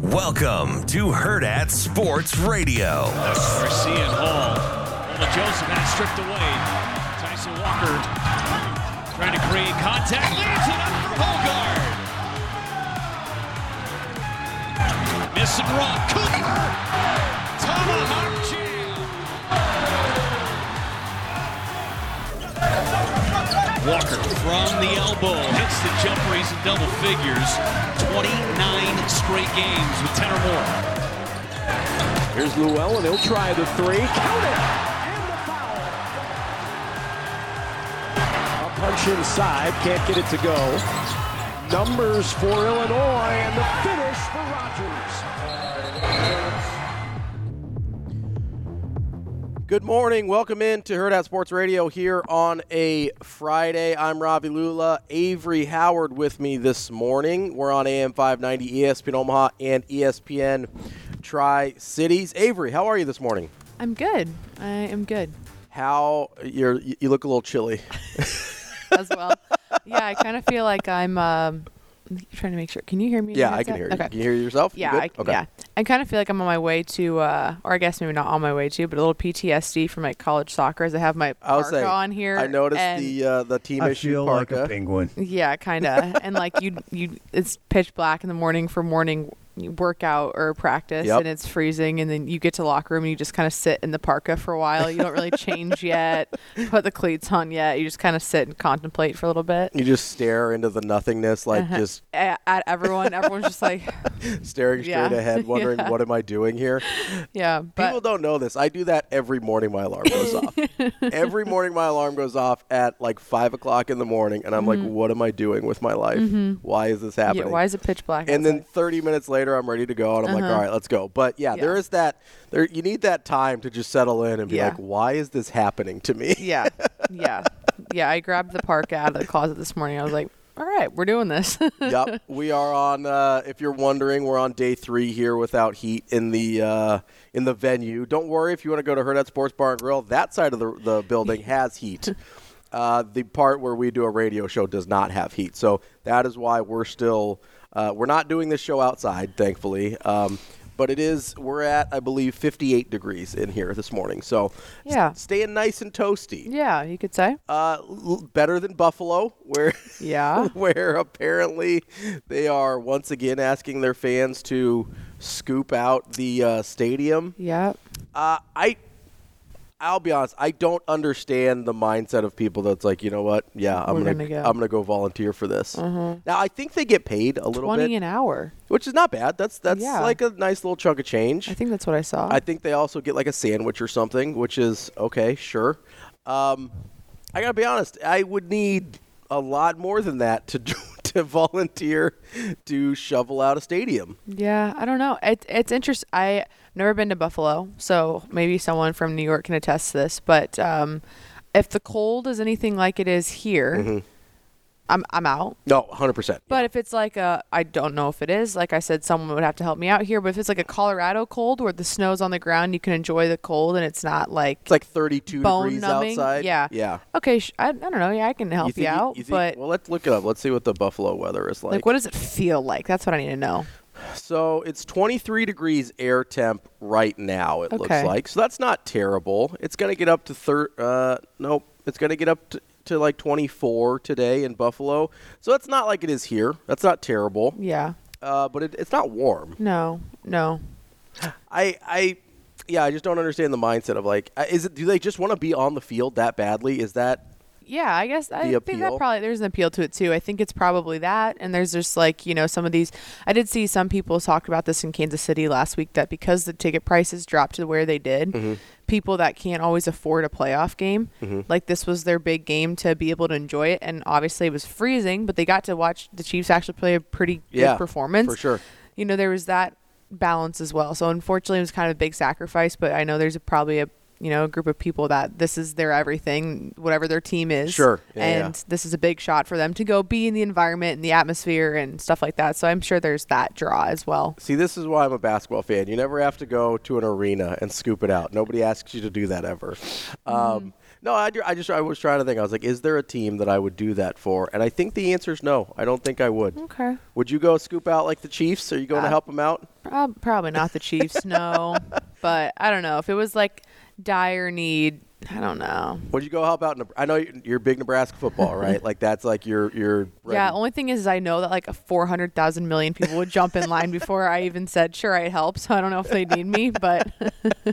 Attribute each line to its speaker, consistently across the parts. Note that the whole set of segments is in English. Speaker 1: Welcome to Herd at Sports Radio.
Speaker 2: Garcia and Hall. Well, Joseph has stripped away. Tyson Walker trying to create contact. Leads it up for Hogard. Miss and run. Cooper. Tomahawk jam. Walker from the elbow hits the jumper. He's in double figures. 29 straight games with 10 or more.
Speaker 3: Here's Llewellyn. He'll try the three. Count it. A punch inside. Can't get it to go. Numbers for Illinois and the finish for Rogers.
Speaker 4: Good morning. Welcome in to Herd Out Sports Radio here on a Friday. I'm Ravi Lula. Avery Howard with me this morning. We're on AM 590 ESPN Omaha and E ESPN Tri Cities. Avery, how are you this morning?
Speaker 5: I'm good. I am good
Speaker 4: How you're you look a little chilly.
Speaker 5: as well. yeah, I kind of feel like I'm um, trying to make sure. Can you hear me?
Speaker 4: Yeah,
Speaker 5: in the
Speaker 4: I can hear
Speaker 5: headset?
Speaker 4: you.
Speaker 5: Okay.
Speaker 4: Can you hear yourself? You
Speaker 5: Yeah,
Speaker 4: good?
Speaker 5: I,
Speaker 4: okay.
Speaker 5: yeah. I kind of feel like I'm on my way to, uh, or I guess maybe not on my way to, but a little PTSD from my college soccer as I have my
Speaker 4: I was
Speaker 5: parka
Speaker 4: saying,
Speaker 5: on here.
Speaker 4: I noticed
Speaker 5: and-
Speaker 4: the uh, the team
Speaker 6: I
Speaker 4: issue
Speaker 6: feel
Speaker 4: parka.
Speaker 6: like a penguin.
Speaker 5: Yeah, kind of. and like you, you, it's pitch black in the morning for morning workout or practice,
Speaker 4: Yep.
Speaker 5: and it's freezing. And then you get to locker room and you just kind of sit in the parka for a while. You don't really change yet, put the cleats on yet. You just kind of sit and contemplate for a little bit.
Speaker 4: you just stare into the nothingness, like
Speaker 5: Uh-huh.
Speaker 4: just
Speaker 5: A- At everyone, everyone's just like,
Speaker 4: staring straight
Speaker 5: Yeah.
Speaker 4: ahead, wondering
Speaker 5: Yeah.
Speaker 4: what am I doing here.
Speaker 5: yeah.
Speaker 4: People
Speaker 5: But
Speaker 4: don't know this. I do that every morning. My alarm goes off. every morning, my alarm goes off at like five o'clock in the morning, and I'm like, "What am I doing with my life? Why is this
Speaker 5: Mm-hmm. yeah,
Speaker 4: happening?"
Speaker 5: why is it pitch black?
Speaker 4: and then
Speaker 5: outside?
Speaker 4: 30 minutes later, I'm ready to go, and I'm like, "All right, let's go." But yeah, there
Speaker 5: Yeah.
Speaker 4: is that. There, you need that time to just settle in and be
Speaker 5: Yeah.
Speaker 4: like, "Why is this happening to me?"
Speaker 5: yeah, yeah, yeah. I grabbed the parka out of the closet this morning. I was like, all right, we're doing this.
Speaker 4: yep. We are on. Uh, if you're wondering, we're on day three here without heat in the uh, in the venue. Don't worry if you want to go to Herd at Sports Bar and Grill. That side of the, the building has heat. Uh, the part where we do a radio show does not have heat, so that is why we're still uh, we're not doing this show outside, thankfully. Um, but it is we're at I believe 58 degrees in here this morning, so s-
Speaker 5: Yeah.
Speaker 4: staying nice and toasty.
Speaker 5: yeah, you could say.
Speaker 4: Uh, l- better than Buffalo, where
Speaker 5: Yeah.
Speaker 4: where apparently they are once again asking their fans to scoop out the uh, stadium.
Speaker 5: Yeah.
Speaker 4: Uh, I, I'll be honest, I don't understand the mindset of people that's like, you know what? Yeah, I'm
Speaker 5: We're
Speaker 4: gonna,
Speaker 5: gonna go. Mm-hmm.
Speaker 4: I'm gonna go volunteer for this. Now I think they get paid a little
Speaker 5: 20
Speaker 4: bit,
Speaker 5: an hour.
Speaker 4: which is not bad. That's that's
Speaker 5: Yeah.
Speaker 4: like a nice little chunk of change.
Speaker 5: I think that's what I saw.
Speaker 4: I think they also get like a sandwich or something, which is okay, sure. Um, I gotta be honest, I would need a lot more than that to to volunteer to shovel out a stadium.
Speaker 5: yeah, I don't know. It, it's interesting. I've never been to Buffalo, so maybe someone from New York can
Speaker 4: Mm-hmm.
Speaker 5: attest to this. But um, if the cold is anything like it is here, I'm I'm out.
Speaker 4: No, 100%.
Speaker 5: But if it's like a, I don't know if it is. Like I said, someone would have to help me out here. But if it's like a Colorado cold where the snow's on the ground, you can enjoy the cold and it's not like
Speaker 4: It's like 32
Speaker 5: bone
Speaker 4: degrees
Speaker 5: numbing.
Speaker 4: outside.
Speaker 5: Yeah.
Speaker 4: Yeah.
Speaker 5: Okay. Sh- I, I don't know. Yeah, I can help you,
Speaker 4: think-
Speaker 5: out.
Speaker 4: you think-
Speaker 5: but
Speaker 4: well, let's look it up. Let's see what the Buffalo weather is like.
Speaker 5: like, what does it feel like? That's what I need to know.
Speaker 4: So it's 23 degrees air temp right now. It looks
Speaker 5: Okay.
Speaker 4: like so that's not terrible. It's gonna get up to thir. Uh, nope, it's gonna get up to, to like 24 today in Buffalo. So that's not like it is here. That's not terrible.
Speaker 5: Yeah.
Speaker 4: Uh, but it, it's not warm.
Speaker 5: No. No.
Speaker 4: I I. Yeah, I just don't understand the mindset of like, uh, is it? Do they just want to be on the field that badly? Is that
Speaker 5: Yeah, I guess I
Speaker 4: The
Speaker 5: think that
Speaker 4: appeal.
Speaker 5: probably there's an appeal to it too. I think it's probably that, and there's just like you know some of these. I did see some people talk about this in Kansas City last week that because the ticket prices dropped to where they did,
Speaker 4: Mm-hmm.
Speaker 5: people that can't always afford a playoff game, like this was their big game to be able to enjoy it, and obviously it was freezing, but they got to watch the Chiefs actually play a pretty
Speaker 4: Yeah,
Speaker 5: good performance
Speaker 4: for sure.
Speaker 5: You know there was that balance as well. So unfortunately, it was kind of a big sacrifice, but I know there's a, probably a you know, a group of people that this is their everything, whatever their team is is.
Speaker 4: Sure. Yeah,
Speaker 5: and
Speaker 4: yeah.
Speaker 5: this is a big shot for them to go be in the environment and the atmosphere and stuff like that. So I'm sure there's that draw as well.
Speaker 4: See, this is why I'm a basketball fan. You never have to go to an arena and scoop it out. Nobody asks you to do that ever.
Speaker 5: Mm-hmm.
Speaker 4: Um, no, I, ju- I just I was trying to think. I was like, is there a team that I would do that for? And I think the answer is no. I don't think I would.
Speaker 5: Okay. Uh,
Speaker 4: Would you go scoop out like the Chiefs? Are you going to help them out?
Speaker 5: Prob- probably not the Chiefs, no. But I don't know if it was like dire need. I don't know.
Speaker 4: Would you go help out? Neb- I know you- you're big Nebraska football, right? like that's like your your. bread
Speaker 5: Yeah.
Speaker 4: and-
Speaker 5: Only thing is, is I know that like 400,000 million people would jump in line before I even said sure I'd help. So I don't know if they need me, but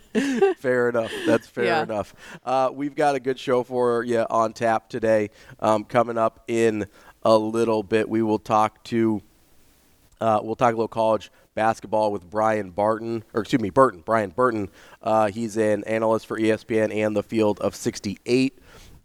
Speaker 4: fair enough. That's fair
Speaker 5: Yeah.
Speaker 4: enough. Uh, we've got a good show for you on tap today. Um, coming up in a little bit, we will talk to uh, we'll talk a little college basketball with Brian Barton, or excuse me, Burton. Brian Burton. Uh, he's an analyst for E ESPN and the Field of 68.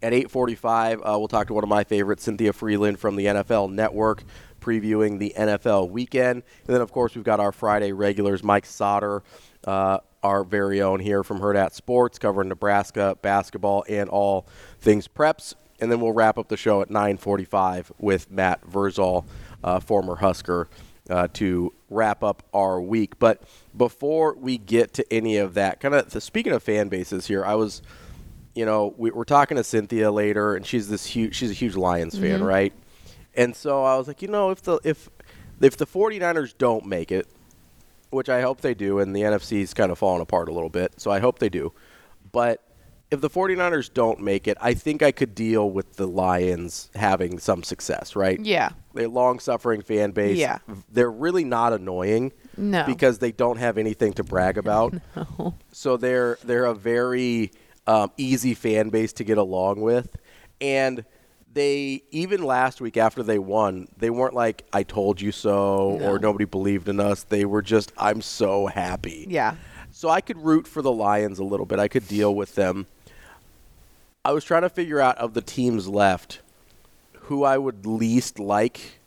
Speaker 4: At 8:45, uh, we'll talk to one of my favorites, Cynthia Freeland from the NFL Network, previewing the NFL weekend. And then, of course, we've got our Friday regulars, Mike Sauter, uh, our very own here from Herd at Sports, covering Nebraska basketball and all things preps. And then we'll wrap up the show at 9:45 with Matt Verzal, uh, former Husker, uh, to wrap up our week. But before we get to any of that, kind of speaking of fan bases here, I was, you know, we, we're talking to Cynthia later, and she's this huge, she's a huge Lions fan, right? And so I was like, you know, if the if if the 49ers don't make it, which I hope they do, and the NFC's kind of falling apart a little bit, so I hope they do. But if the 49ers don't make it, I think I could deal with the Lions having some success, right?
Speaker 5: Yeah.
Speaker 4: They're long suffering fan base.
Speaker 5: Yeah.
Speaker 4: They're really not annoying.
Speaker 5: No.
Speaker 4: Because they don't have anything to brag about. So they're they're a very um, easy fan base to get along with, and they even last week after they won, they weren't like "I told you so" or "Nobody believed in us." They were just "I'm so happy."
Speaker 5: yeah.
Speaker 4: So I could root for the Lions a little bit. I could deal with them. I was trying to figure out of the teams left who I would least like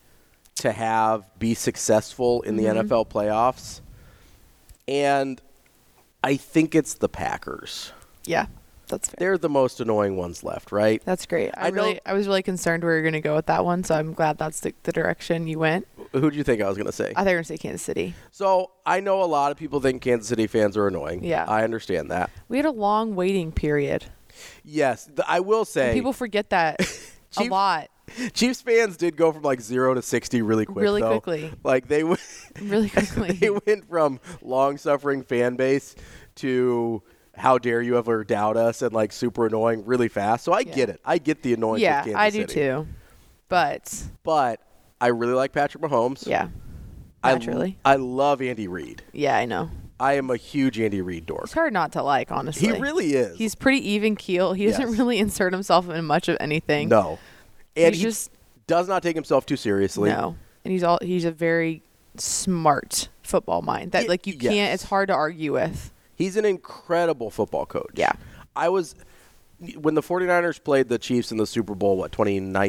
Speaker 4: to have be successful in
Speaker 5: Mm-hmm.
Speaker 4: the NFL playoffs. And I think it's the Packers.
Speaker 5: Yeah. That's fair.
Speaker 4: They're the most annoying ones left, right?
Speaker 5: That's great. I,
Speaker 4: I know-
Speaker 5: really, I was really concerned where you're going to go with that one, so I'm glad that's the, the direction you went.
Speaker 4: Who do you think I was going to say?
Speaker 5: I thought you were going to say Kansas City.
Speaker 4: so I know a lot of people think Kansas City fans are annoying.
Speaker 5: Yeah.
Speaker 4: I understand that.
Speaker 5: We had a long waiting period.
Speaker 4: Yes, th- I will say
Speaker 5: People forget that a
Speaker 4: Chief-
Speaker 5: lot.
Speaker 4: Chiefs fans did go from like zero to sixty really quick.
Speaker 5: Really
Speaker 4: though.
Speaker 5: quickly.
Speaker 4: Like they w-
Speaker 5: Really
Speaker 4: they
Speaker 5: quickly.
Speaker 4: went from long suffering fan base to how dare you ever doubt us and like super annoying really fast. So I get it. I get the annoyance.
Speaker 5: yeah,
Speaker 4: with Kansas
Speaker 5: I do
Speaker 4: City.
Speaker 5: too. But
Speaker 4: But I really like Patrick Mahomes.
Speaker 5: yeah,
Speaker 4: I l-
Speaker 5: naturally.
Speaker 4: I, love Andy Reid.
Speaker 5: yeah, I know.
Speaker 4: I am a huge Andy Reid dork.
Speaker 5: It's hard not to like, honestly.
Speaker 4: He really is.
Speaker 5: He's pretty even keel. He doesn't
Speaker 4: Yes.
Speaker 5: really insert himself in much of anything.
Speaker 4: no, and
Speaker 5: He's
Speaker 4: he
Speaker 5: just-
Speaker 4: does not take himself too seriously.
Speaker 5: No. And he's all he's a very smart football mind that
Speaker 4: Y-
Speaker 5: like you
Speaker 4: yes.
Speaker 5: can't it's hard to argue with.
Speaker 4: He's an incredible football coach.
Speaker 5: Yeah.
Speaker 4: I was when the 49ers played the Chiefs in the Super Bowl what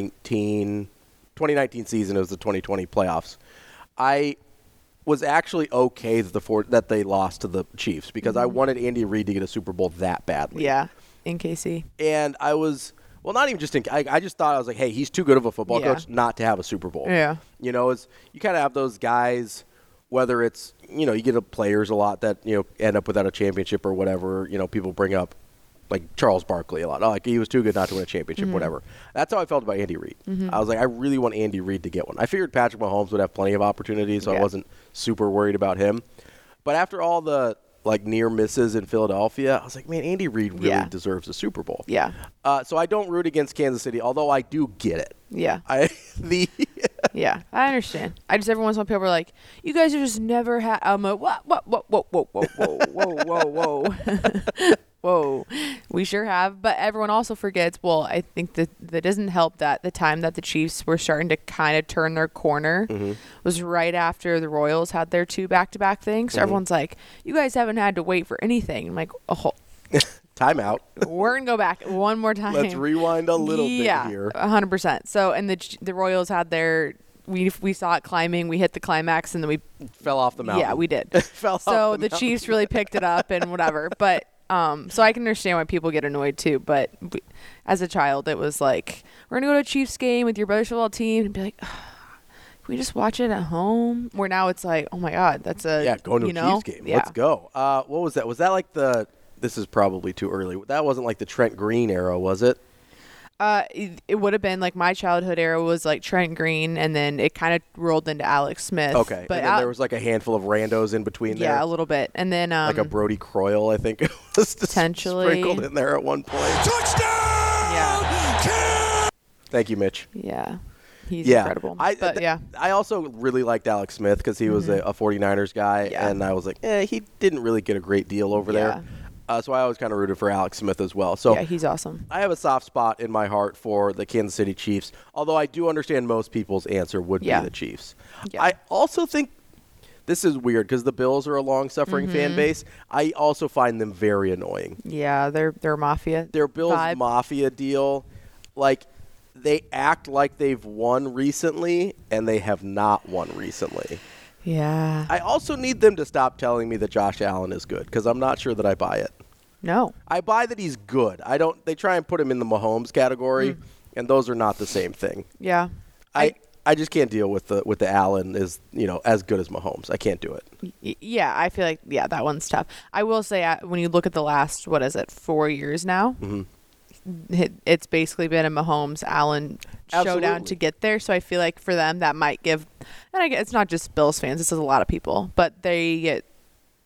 Speaker 4: 2019 2019 season it was the 2020 playoffs. I was actually okay that the four, that they lost to the Chiefs because I wanted Andy Reid to get a Super Bowl that badly.
Speaker 5: Yeah. In KC.
Speaker 4: And I was Well, not even just in. I, I just thought I was like, hey, he's too good of a football
Speaker 5: Yeah.
Speaker 4: coach not to have a Super Bowl.
Speaker 5: Yeah.
Speaker 4: You know, it's you kind of have those guys. Whether it's you know you get a players a lot that you know end up without a championship or whatever. You know, people bring up like Charles Barkley a lot. Oh, like he was too good not to win a championship,
Speaker 5: Mm-hmm.
Speaker 4: whatever. That's how I felt about Andy Reid. I was like, I really want Andy Reid to get one. I figured Patrick Mahomes would have plenty of opportunities, so I
Speaker 5: Yeah.
Speaker 4: wasn't super worried about him. But after all the like near misses in Philadelphia, I was like, man, Andy Reid really
Speaker 5: Yeah.
Speaker 4: deserves a Super Bowl.
Speaker 5: Yeah.
Speaker 4: Uh, so I don't root against Kansas City, although I do get it.
Speaker 5: Yeah.
Speaker 4: I the
Speaker 5: Yeah, I understand. I just every once in a while people are like, "You guys have just never had." I'm a what, what, what, whoa, whoa, whoa, whoa, whoa, whoa, whoa, whoa. We sure have, but everyone also forgets. Well, I think that that doesn't help that the time that the Chiefs were starting to kind of turn their corner was right after the Royals had their two back-to-back things. So everyone's like, "You guys haven't had to wait for anything." I'm like, "Oh,
Speaker 4: timeout.
Speaker 5: we're gonna go back one more time.
Speaker 4: Let's rewind a little bit
Speaker 5: yeah,
Speaker 4: here.
Speaker 5: hundred percent. So, and the Ch- the Royals had their we we saw it climbing. We hit the climax, and then we
Speaker 4: Fell off the mountain.
Speaker 5: yeah we did.
Speaker 4: Fell off
Speaker 5: so
Speaker 4: the
Speaker 5: the,
Speaker 4: mountain.
Speaker 5: Chiefs really picked it up and whatever. But um, so I can understand why people get annoyed too. But we, as a child, it was like we're gonna go to a Chiefs game with your brother's football team and be like. "Can We just watch it at home. Where now it's like, oh my god, that's a
Speaker 4: Yeah, going to
Speaker 5: you
Speaker 4: a
Speaker 5: know?
Speaker 4: Chiefs game.
Speaker 5: Yeah.
Speaker 4: Let's go. Uh, what was that? Was that like the? This is probably too early. That wasn't like the Trent Green era, was it?
Speaker 5: Uh, it, it would have been like my childhood era was like Trent Green, and then it kind of rolled into Alex Smith.
Speaker 4: Okay.
Speaker 5: but
Speaker 4: and then
Speaker 5: Al-
Speaker 4: there was like a handful of randos in between there.
Speaker 5: yeah, a little bit, and then um,
Speaker 4: like a Brody Croyle, I think it was just
Speaker 5: Potentially.
Speaker 4: sprinkled in there at one point.
Speaker 5: yeah,
Speaker 4: Thank you, Mitch.
Speaker 5: yeah, he's
Speaker 4: yeah.
Speaker 5: incredible.
Speaker 4: I,
Speaker 5: but
Speaker 4: th-
Speaker 5: yeah, Mm-hmm.
Speaker 4: I also really liked Alex Smith because he was a, a 49ers guy,
Speaker 5: Yeah.
Speaker 4: and I was like, eh, he didn't really get a great deal over
Speaker 5: Yeah.
Speaker 4: there. Uh, so I always kind of rooted for Alex Smith as well. So
Speaker 5: yeah, he's awesome.
Speaker 4: I have a soft spot in my heart for the Kansas City Chiefs, although I do understand most people's answer would
Speaker 5: Yeah.
Speaker 4: be the Chiefs.
Speaker 5: Yeah.
Speaker 4: I also think this is weird because the Bills are a long suffering
Speaker 5: Mm-hmm.
Speaker 4: fan base. I also find them very annoying
Speaker 5: Yeah, they're they're mafia.
Speaker 4: their Bills
Speaker 5: vibe.
Speaker 4: Mafia deal, like they act like they've won recently and they have not won recently.
Speaker 5: yeah,
Speaker 4: I also need them to stop telling me that Josh Allen is good because I'm not sure that I buy it.
Speaker 5: no,
Speaker 4: I buy that he's good. I don't. They try and put him in the Mahomes category, and those are not the same thing.
Speaker 5: yeah,
Speaker 4: I I just can't deal with the with the Allen is you know as good as Mahomes. I can't do it.
Speaker 5: Y- yeah. I feel like yeah, that one's tough. I will say uh, when you look at the last what is it four years now. It, it's basically been a Mahomes Allen showdown
Speaker 4: Absolutely.
Speaker 5: to get there. So I feel like for them that might give, and I guess it's not just Bills fans. This is a lot of people, but they get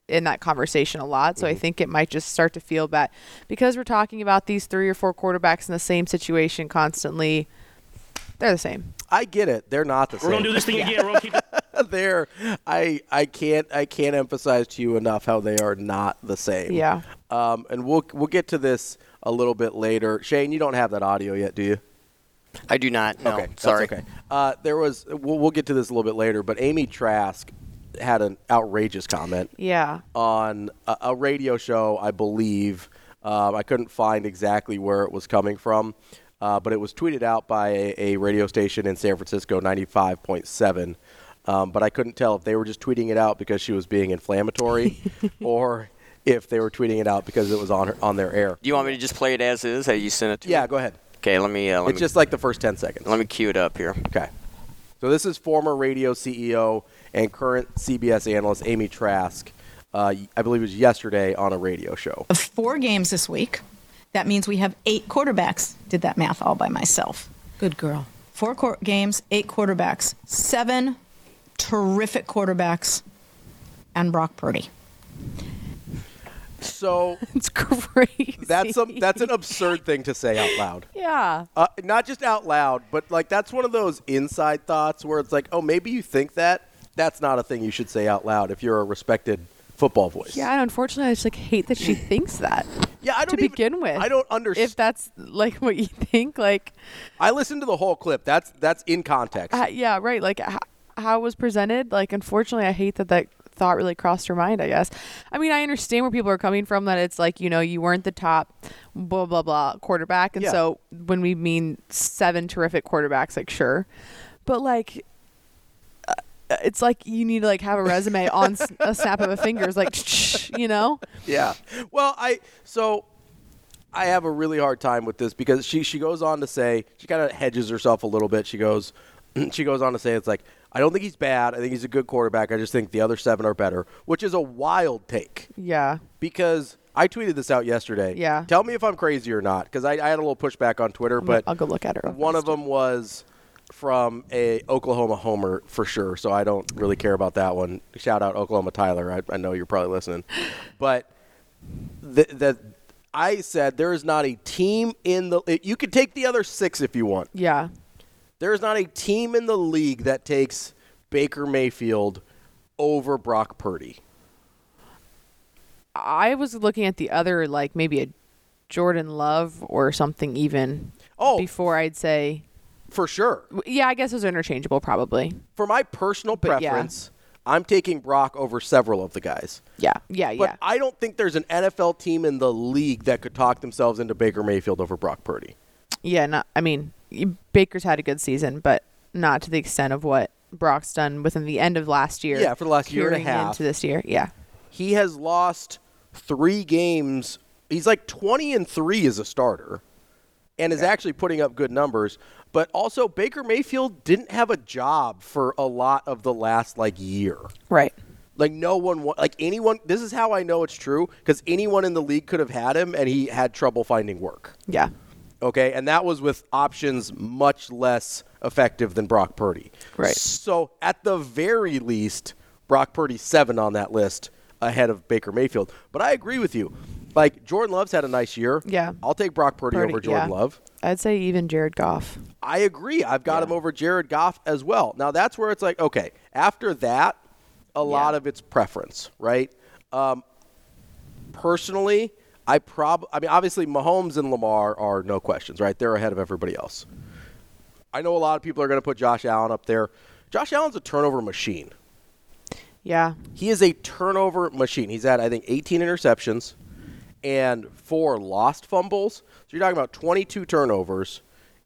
Speaker 5: in that conversation a lot. So I think it might just start to feel bad because we're talking about these three or four quarterbacks in the same situation constantly. They're the same.
Speaker 4: I get it. They're not the same.
Speaker 2: We're gonna do this thing again. We're gonna keep it.
Speaker 4: there I I can't I can't emphasize to you enough how they are not the same.
Speaker 5: Yeah.
Speaker 4: Um, and we'll we'll get to this a little bit later. Shane, you don't have that audio yet, do you?
Speaker 6: I do not. No,
Speaker 4: okay, that's
Speaker 6: sorry.
Speaker 4: okay. Uh, there was we'll, we'll get to this a little bit later, but Amy Trask had an outrageous comment
Speaker 5: Yeah.
Speaker 4: on a, a radio show, I believe. Um, I couldn't find exactly where it was coming from, uh, but it was tweeted out by a, a radio station in San Francisco, 95.7. Um, but I couldn't tell if they were just tweeting it out because she was being inflammatory, or if they were tweeting it out because it was on her, on their air.
Speaker 6: Do you want me to just play it as is? How you sent it to me?
Speaker 4: Yeah, go ahead.
Speaker 6: Okay, let me. Uh, let
Speaker 4: It's
Speaker 6: me
Speaker 4: just like the first 10 seconds.
Speaker 6: let me cue it up here.
Speaker 4: Okay. So this is former radio CEO and current CBS analyst Amy Trask. Uh, I believe it was yesterday on a radio show.
Speaker 7: four games this week. That means we have eight quarterbacks. Did that math all by myself. Good girl. Four quar games, eight quarterbacks, seven terrific quarterbacks, and Brock Purdy.
Speaker 4: So
Speaker 5: It's crazy.
Speaker 4: That's some. That's an absurd thing to say out loud.
Speaker 5: yeah.
Speaker 4: Uh, not just out loud, but like that's one of those inside thoughts where it's like, oh, maybe you think that. That's not a thing you should say out loud if you're a respected football voice.
Speaker 5: Yeah, and unfortunately, I just like hate that she thinks that.
Speaker 4: Yeah, I don't
Speaker 5: to
Speaker 4: even-
Speaker 5: begin with.
Speaker 4: I don't under-
Speaker 5: If that's like what you think, like,
Speaker 4: I listened to the whole clip. That's that's in context.
Speaker 5: uh, yeah, right. Like h- how it was presented. Like, unfortunately, I hate that that thought really crossed her mind. I guess. I mean, I understand where people are coming from. That it's like you know you weren't the top, blah blah blah quarterback, and
Speaker 4: Yeah.
Speaker 5: so when we mean seven terrific quarterbacks, like sure, but like. uh, It's like you need to like have a resume on s- a snap of a finger. It's like, you know,
Speaker 4: yeah. Well, I so I have a really hard time with this because she she goes on to say she kind of hedges herself a little bit. She goes she goes on to say it's like I don't think he's bad. I think he's a good quarterback. I just think the other seven are better, which is a wild take
Speaker 5: Yeah.
Speaker 4: because I tweeted this out yesterday.
Speaker 5: Yeah.
Speaker 4: Tell me if I'm crazy or not, because I, I had a little pushback on Twitter,
Speaker 5: gonna-
Speaker 4: but
Speaker 5: I'll go look at her.
Speaker 4: One of them was from a Oklahoma homer for sure, so I don't really care about that one. Shout out Oklahoma Tyler. I, I know you're probably listening, but th- that I said there is not a team in the. eh, You could take the other six if you want.
Speaker 5: Yeah.
Speaker 4: There is not a team in the league that takes Baker Mayfield over Brock Purdy.
Speaker 5: I was looking at the other, like maybe a Jordan Love or something even.
Speaker 4: Oh.
Speaker 5: Before I'd say.
Speaker 4: For sure.
Speaker 5: Yeah, I guess those are interchangeable probably.
Speaker 4: for my personal
Speaker 5: But yeah.
Speaker 4: preference, I'm taking Brock over several of the guys.
Speaker 5: Yeah. Yeah.
Speaker 4: But
Speaker 5: yeah.
Speaker 4: I don't think there's an NFL team in the league that could talk themselves into Baker Mayfield over Brock Purdy.
Speaker 5: Yeah, not. I mean, y- Baker's had a good season, but not to the extent of what Brock's done within the end of last year.
Speaker 4: Yeah, for the last year and a
Speaker 5: carrying
Speaker 4: half.
Speaker 5: into this year. Yeah,
Speaker 4: He has lost three games. He's like 20 and 3 as a starter and is actually putting up good numbers. But also, Baker Mayfield didn't have a job for a lot of the last like year.
Speaker 5: right.
Speaker 4: Like no one, wa- like anyone. This is how I know it's true because anyone in the league could have had him, and he had trouble finding work.
Speaker 5: Yeah,
Speaker 4: Okay, and that was with options much less effective than Brock Purdy.
Speaker 5: Right.
Speaker 4: So at the very least, Brock Purdy's seven on that list ahead of Baker Mayfield. But I agree with you. Like Jordan Love's had a nice year.
Speaker 5: Yeah.
Speaker 4: I'll take Brock Purdy,
Speaker 5: Purdy,
Speaker 4: over Jordan
Speaker 5: yeah.
Speaker 4: Love.
Speaker 5: I'd say even Jared Goff.
Speaker 4: I agree. I've got him over Jared Goff as well. Now that's where it's like, okay, after that, a lot of it's preference, right? Um, personally, I prob I mean obviously Mahomes and Lamar are no questions, right? They're ahead of everybody else. I know a lot of people are going to put Josh Allen up there. Josh Allen's a turnover machine.
Speaker 5: Yeah,
Speaker 4: He is a turnover machine. He's had I think 18 interceptions and four lost fumbles. So you're talking about 22 turnovers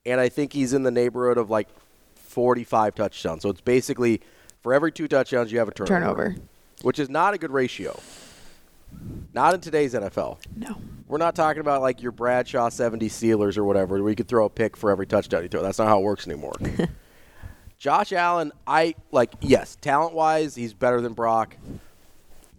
Speaker 4: and I think he's in the neighborhood of like 45 touchdowns. So it's basically for every two touchdowns you have a turnover.
Speaker 5: Turnover.
Speaker 4: Which is not a good ratio. Not in today's NFL.
Speaker 5: No.
Speaker 4: We're not talking about like your Bradshaw 70 Steelers or whatever, where you could throw a pick for every touchdown you throw. That's not how it works anymore. Josh Allen, I like, yes, talent wise, he's better than Brock.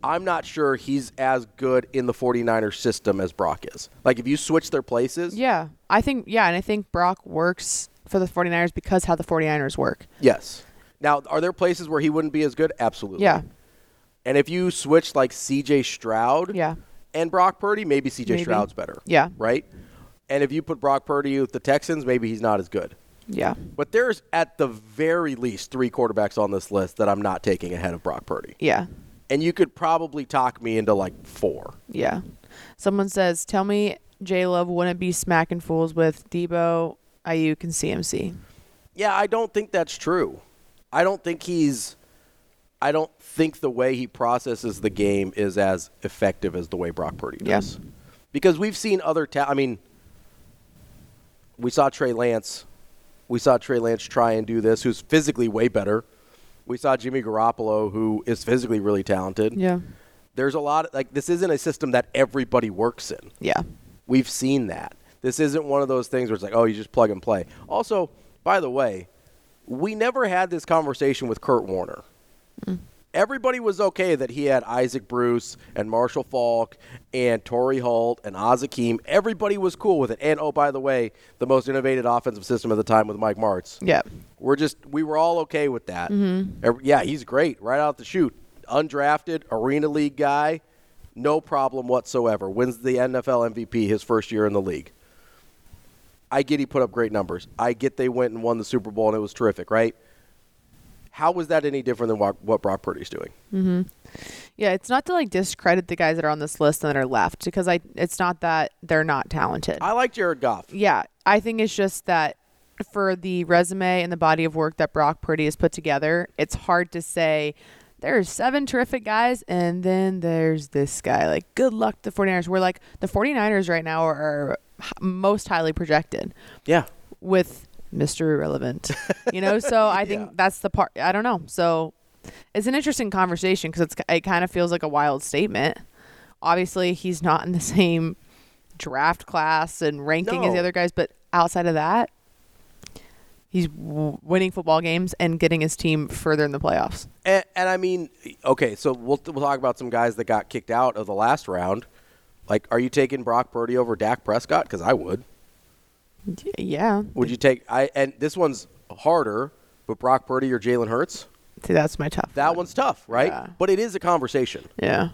Speaker 4: I'm not sure he's as good in the 49ers system as Brock is. Like, if you switch their places,
Speaker 5: Yeah, I think. Yeah, and I think Brock works for the 49ers because how the 49ers work.
Speaker 4: yes. Now, are there places where he wouldn't be as good? Absolutely.
Speaker 5: Yeah.
Speaker 4: And if you switch like CJ Stroud
Speaker 5: Yeah.
Speaker 4: and Brock Purdy, maybe CJ
Speaker 5: Maybe.
Speaker 4: Stroud's better.
Speaker 5: Yeah.
Speaker 4: Right? And if you put Brock Purdy with the Texans, maybe he's not as good.
Speaker 5: Yeah.
Speaker 4: But there's at the very least three quarterbacks on this list that I'm not taking ahead of Brock Purdy.
Speaker 5: Yeah.
Speaker 4: And you could probably talk me into like four.
Speaker 5: Yeah. Someone says, "Tell me, J Love wouldn't be smacking fools with Debo, Ayuk, and CMC."
Speaker 4: Yeah, I don't think that's true. I don't think he's. I don't think the way he processes the game is as effective as the way Brock Purdy
Speaker 5: Yeah.
Speaker 4: does. Because we've seen other. Ta- I mean, we saw Trey Lance. We saw Trey Lance try and do this, who's physically way better. We saw Jimmy Garoppolo, who is physically really talented.
Speaker 5: Yeah.
Speaker 4: There's a lot. like, this isn't a system that everybody works in.
Speaker 5: Yeah.
Speaker 4: We've seen that. This isn't one of those things where it's like, oh, you just plug and play. Also, by the way, we never had this conversation with Kurt Warner. Everybody was okay that he had Isaac Bruce and Marshall Falk and Torrey Holt and Azakim. Everybody was cool with it. And oh, by the way, the most innovative offensive system at the time with Mike Martz.
Speaker 5: Yeah.
Speaker 4: We're just we were all okay with that. Every- Yeah, he's great right out the shoot. Undrafted arena league guy, no problem whatsoever. Wins the NFL MVP his first year in the league. I get he put up great numbers. I get they went and won the Super Bowl and it was terrific, right? How was that any different than what, what Brock Purdy's doing?
Speaker 5: Yeah, it's not to like discredit the guys that are on this list and that are left because I it's not that they're not talented.
Speaker 4: I like Jared Goff.
Speaker 5: yeah, I think it's just that for the resume and the body of work that Brock Purdy has put together, it's hard to say there are seven terrific guys and then there's this guy. Like good luck to the 49ers. We're like the 49ers right now are h- most highly projected
Speaker 4: Yeah.
Speaker 5: with Mr. Irrelevant. You know, so I think that's the part. I don't know. So it's an interesting conversation because it's it kind of feels like a wild statement. Obviously, he's not in the same draft class and ranking as
Speaker 8: No.
Speaker 5: the other guys, but outside of that, he's w- winning football games and getting his team further in the playoffs.
Speaker 4: And, and I mean, okay, so we'll, we'll talk about some guys that got kicked out of the last round. Like, are you taking Brock Purdy over Dak Prescott? Because I would.
Speaker 5: Y- Yeah.
Speaker 4: Would you take? I and this one's harder, but Brock Purdy or Jalen Hurts?
Speaker 5: See, that's my tough.
Speaker 4: That one's tough, right? But it is a conversation.
Speaker 5: Yeah.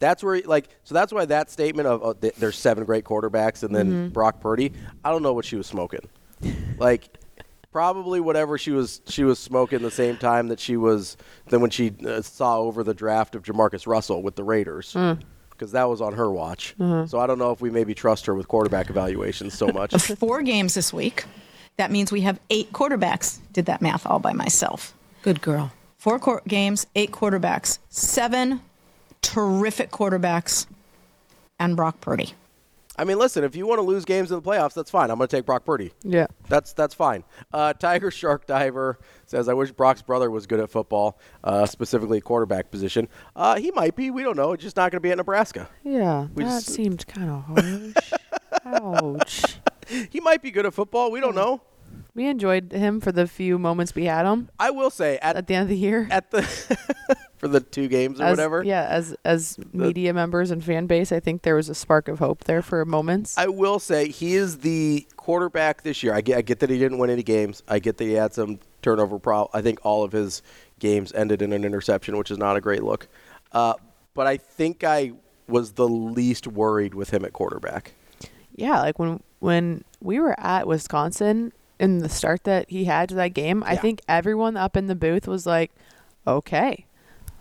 Speaker 4: That's where, like, so that's why that statement of oh, th- there's seven great quarterbacks and then
Speaker 5: Mhm.
Speaker 4: Brock Purdy. I don't know what she was smoking. like, probably whatever she was she was smoking the same time that she was than when she uh, saw over the draft of Jamarcus Russell with the Raiders.
Speaker 5: Mm.
Speaker 4: Because that was on her watch.
Speaker 7: Mhm.
Speaker 4: So I don't know if we maybe trust her with quarterback evaluations so much.
Speaker 7: Four games this week. That means we have eight quarterbacks. Did that math all by myself. Good girl. Four quar games, eight quarterbacks, seven terrific quarterbacks, and Brock Purdy.
Speaker 4: I mean, listen, if you want to lose games in the playoffs, that's fine. I'm going to take Brock Purdy.
Speaker 5: Yeah.
Speaker 4: That's that's fine. Uh, Tiger Shark Diver says, "I wish Brock's brother was good at football, uh, specifically quarterback position. Uh, he might be. We don't know. It's just not going to be at Nebraska.
Speaker 5: Yeah.
Speaker 4: We
Speaker 5: that
Speaker 4: just-
Speaker 5: seemed kind of harsh. Ouch.
Speaker 4: He might be good at football. We don't know.
Speaker 5: We enjoyed him for the few moments we had him.
Speaker 4: I will say at,
Speaker 5: the end of the year
Speaker 4: at the for the two games or
Speaker 5: as,
Speaker 4: whatever.
Speaker 5: Yeah, as as media members and fan base, I think there was a spark of hope there for moments.
Speaker 4: I will say he is the quarterback this year. I get, I get that he didn't win any games. I get that he had some turnover problem. I think all of his games ended in an interception, which is not a great look. Uh, but I think I was the least worried with him at quarterback.
Speaker 5: Yeah, like when when we were at Wisconsin in the start that he had to that game, I think everyone up in the booth was like, "Okay,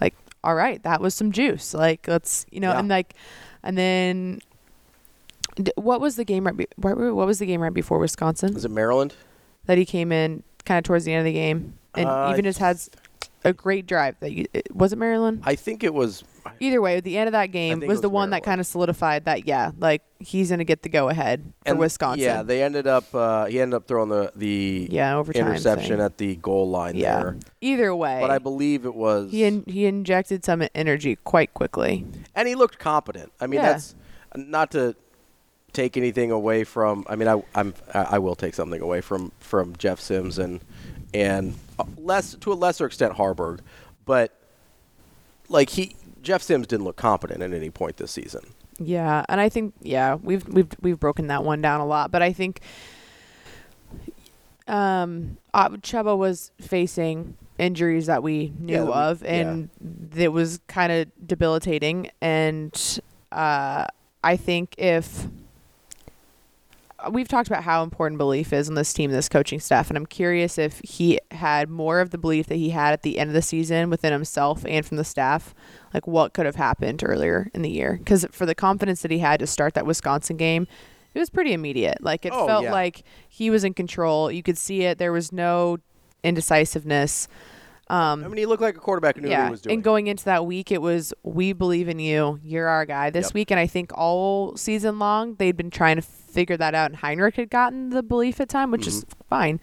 Speaker 5: like all right, that was some juice." Like let's you know,
Speaker 8: Yeah.
Speaker 5: and like, and then d- what was the game right? Be- what were- what was the game right before Wisconsin?
Speaker 4: Was it Maryland?
Speaker 5: That he came in kind of towards the end of the game, and
Speaker 4: Uh,
Speaker 5: even just had s- a great drive. That you, it- was it Maryland?
Speaker 4: I think it was.
Speaker 5: Either way, at the end of that game
Speaker 4: think it
Speaker 5: was,
Speaker 4: was
Speaker 5: the one that kind of solidified that yeah, like he's gonna get the go ahead for
Speaker 4: And-
Speaker 5: Wisconsin.
Speaker 4: Yeah, they ended up. Uh, he ended up throwing the the
Speaker 5: Yeah, overtime
Speaker 4: interception
Speaker 5: thing.
Speaker 4: at the goal line
Speaker 5: Yeah.
Speaker 4: there.
Speaker 5: Either way,
Speaker 4: But I believe it was.
Speaker 5: he in, he injected some energy quite quickly.
Speaker 4: and he looked competent. I mean,
Speaker 5: Yeah.
Speaker 4: that's not to take anything away from. I mean, I, I'm I I will take something away from from Jeff Sims and and uh, less to a lesser extent Harburg, but like he Jeff Sims didn't look competent at any point this season.
Speaker 5: Yeah, and I think yeah, we've we've we've broken that one down a lot, but I think um uh, Chuba was facing injuries that we knew
Speaker 8: Yeah, that we-
Speaker 5: of and it was kind of debilitating and uh I think if we've talked about how important belief is on this team, this coaching staff, and I'm curious if he had more of the belief that he had at the end of the season within himself and from the staff, like what could have happened earlier in the year? Because for the confidence that he had to start that Wisconsin game, it was pretty immediate. Like it
Speaker 8: Oh,
Speaker 5: felt
Speaker 8: yeah.
Speaker 5: like he was in control. You could see it. There was no indecisiveness. Um,
Speaker 4: I mean, he looked like a quarterback who knew what he was doing.
Speaker 5: and going into that week, it was we believe in you. You're our guy this
Speaker 4: Yep.
Speaker 5: week, and I think all season long they'd been trying to figure that out. And Heinrich had gotten the belief at time, which is
Speaker 8: Mhm.
Speaker 4: Mm-hmm.
Speaker 5: fine.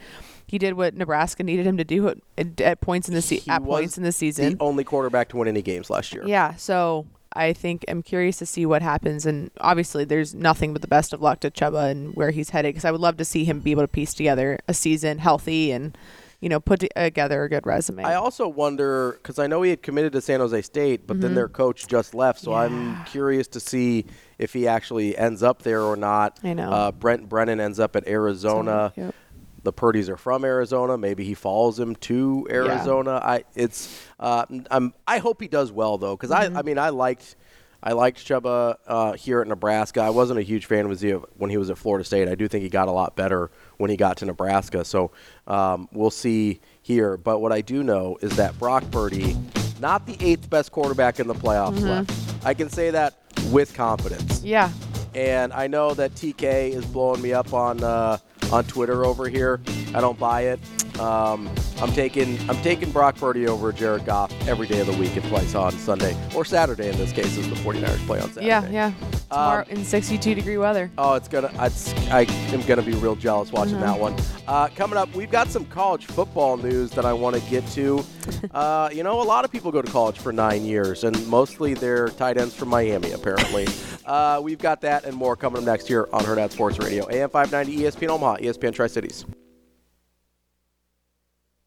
Speaker 5: He did what Nebraska needed him to do at, at points in the se- at points in the season.
Speaker 4: the only quarterback to win any games last year.
Speaker 5: Yeah, so I think I'm curious to see what happens, and obviously there's nothing but the best of luck to Chuba and where he's headed, because I would love to see him be able to piece together a season healthy and you know put together a good resume.
Speaker 4: I also wonder because I know he had committed to San Jose State, but then
Speaker 5: Mhm.
Speaker 4: their coach just left, so I'm curious to see if he actually ends up there or not.
Speaker 5: I know.
Speaker 4: uh, Brent Brennan ends up at Arizona.
Speaker 5: Yep.
Speaker 4: The Purdy's are from Arizona. Maybe he follows him to Arizona. I it's uh, I'm, I hope he does well though because I I mean I liked. I liked Chuba uh, here at Nebraska. I wasn't a huge fan of his when he was at Florida State. I do think he got a lot better when he got to Nebraska. So um, we'll see here. But what I do know is that Brock Purdy, not the eighth best quarterback in the playoffs
Speaker 5: Mhm.
Speaker 4: left. I can say that with confidence.
Speaker 5: Yeah.
Speaker 4: And I know that TK is blowing me up on uh, on Twitter over here. I don't buy it. Um, I'm taking I'm taking Brock Purdy over Jared Goff every day of the week. It plays on Sunday or Saturday in this case, as the 49ers play on Saturday.
Speaker 5: Yeah, yeah. Tomorrow in 62 degree weather.
Speaker 4: Oh, it's gonna. It's, I am gonna be real jealous watching
Speaker 5: Mhm.
Speaker 4: that one. Uh, coming up, we've got some college football news that I want to get to. Uh, you know, a lot of people go to college for nine years, and mostly they're tight ends from Miami, apparently. E uh, we've got that and more coming up next year on Herd Out Sports Radio, AM 590, ESPN Omaha, ESPN Tri Cities.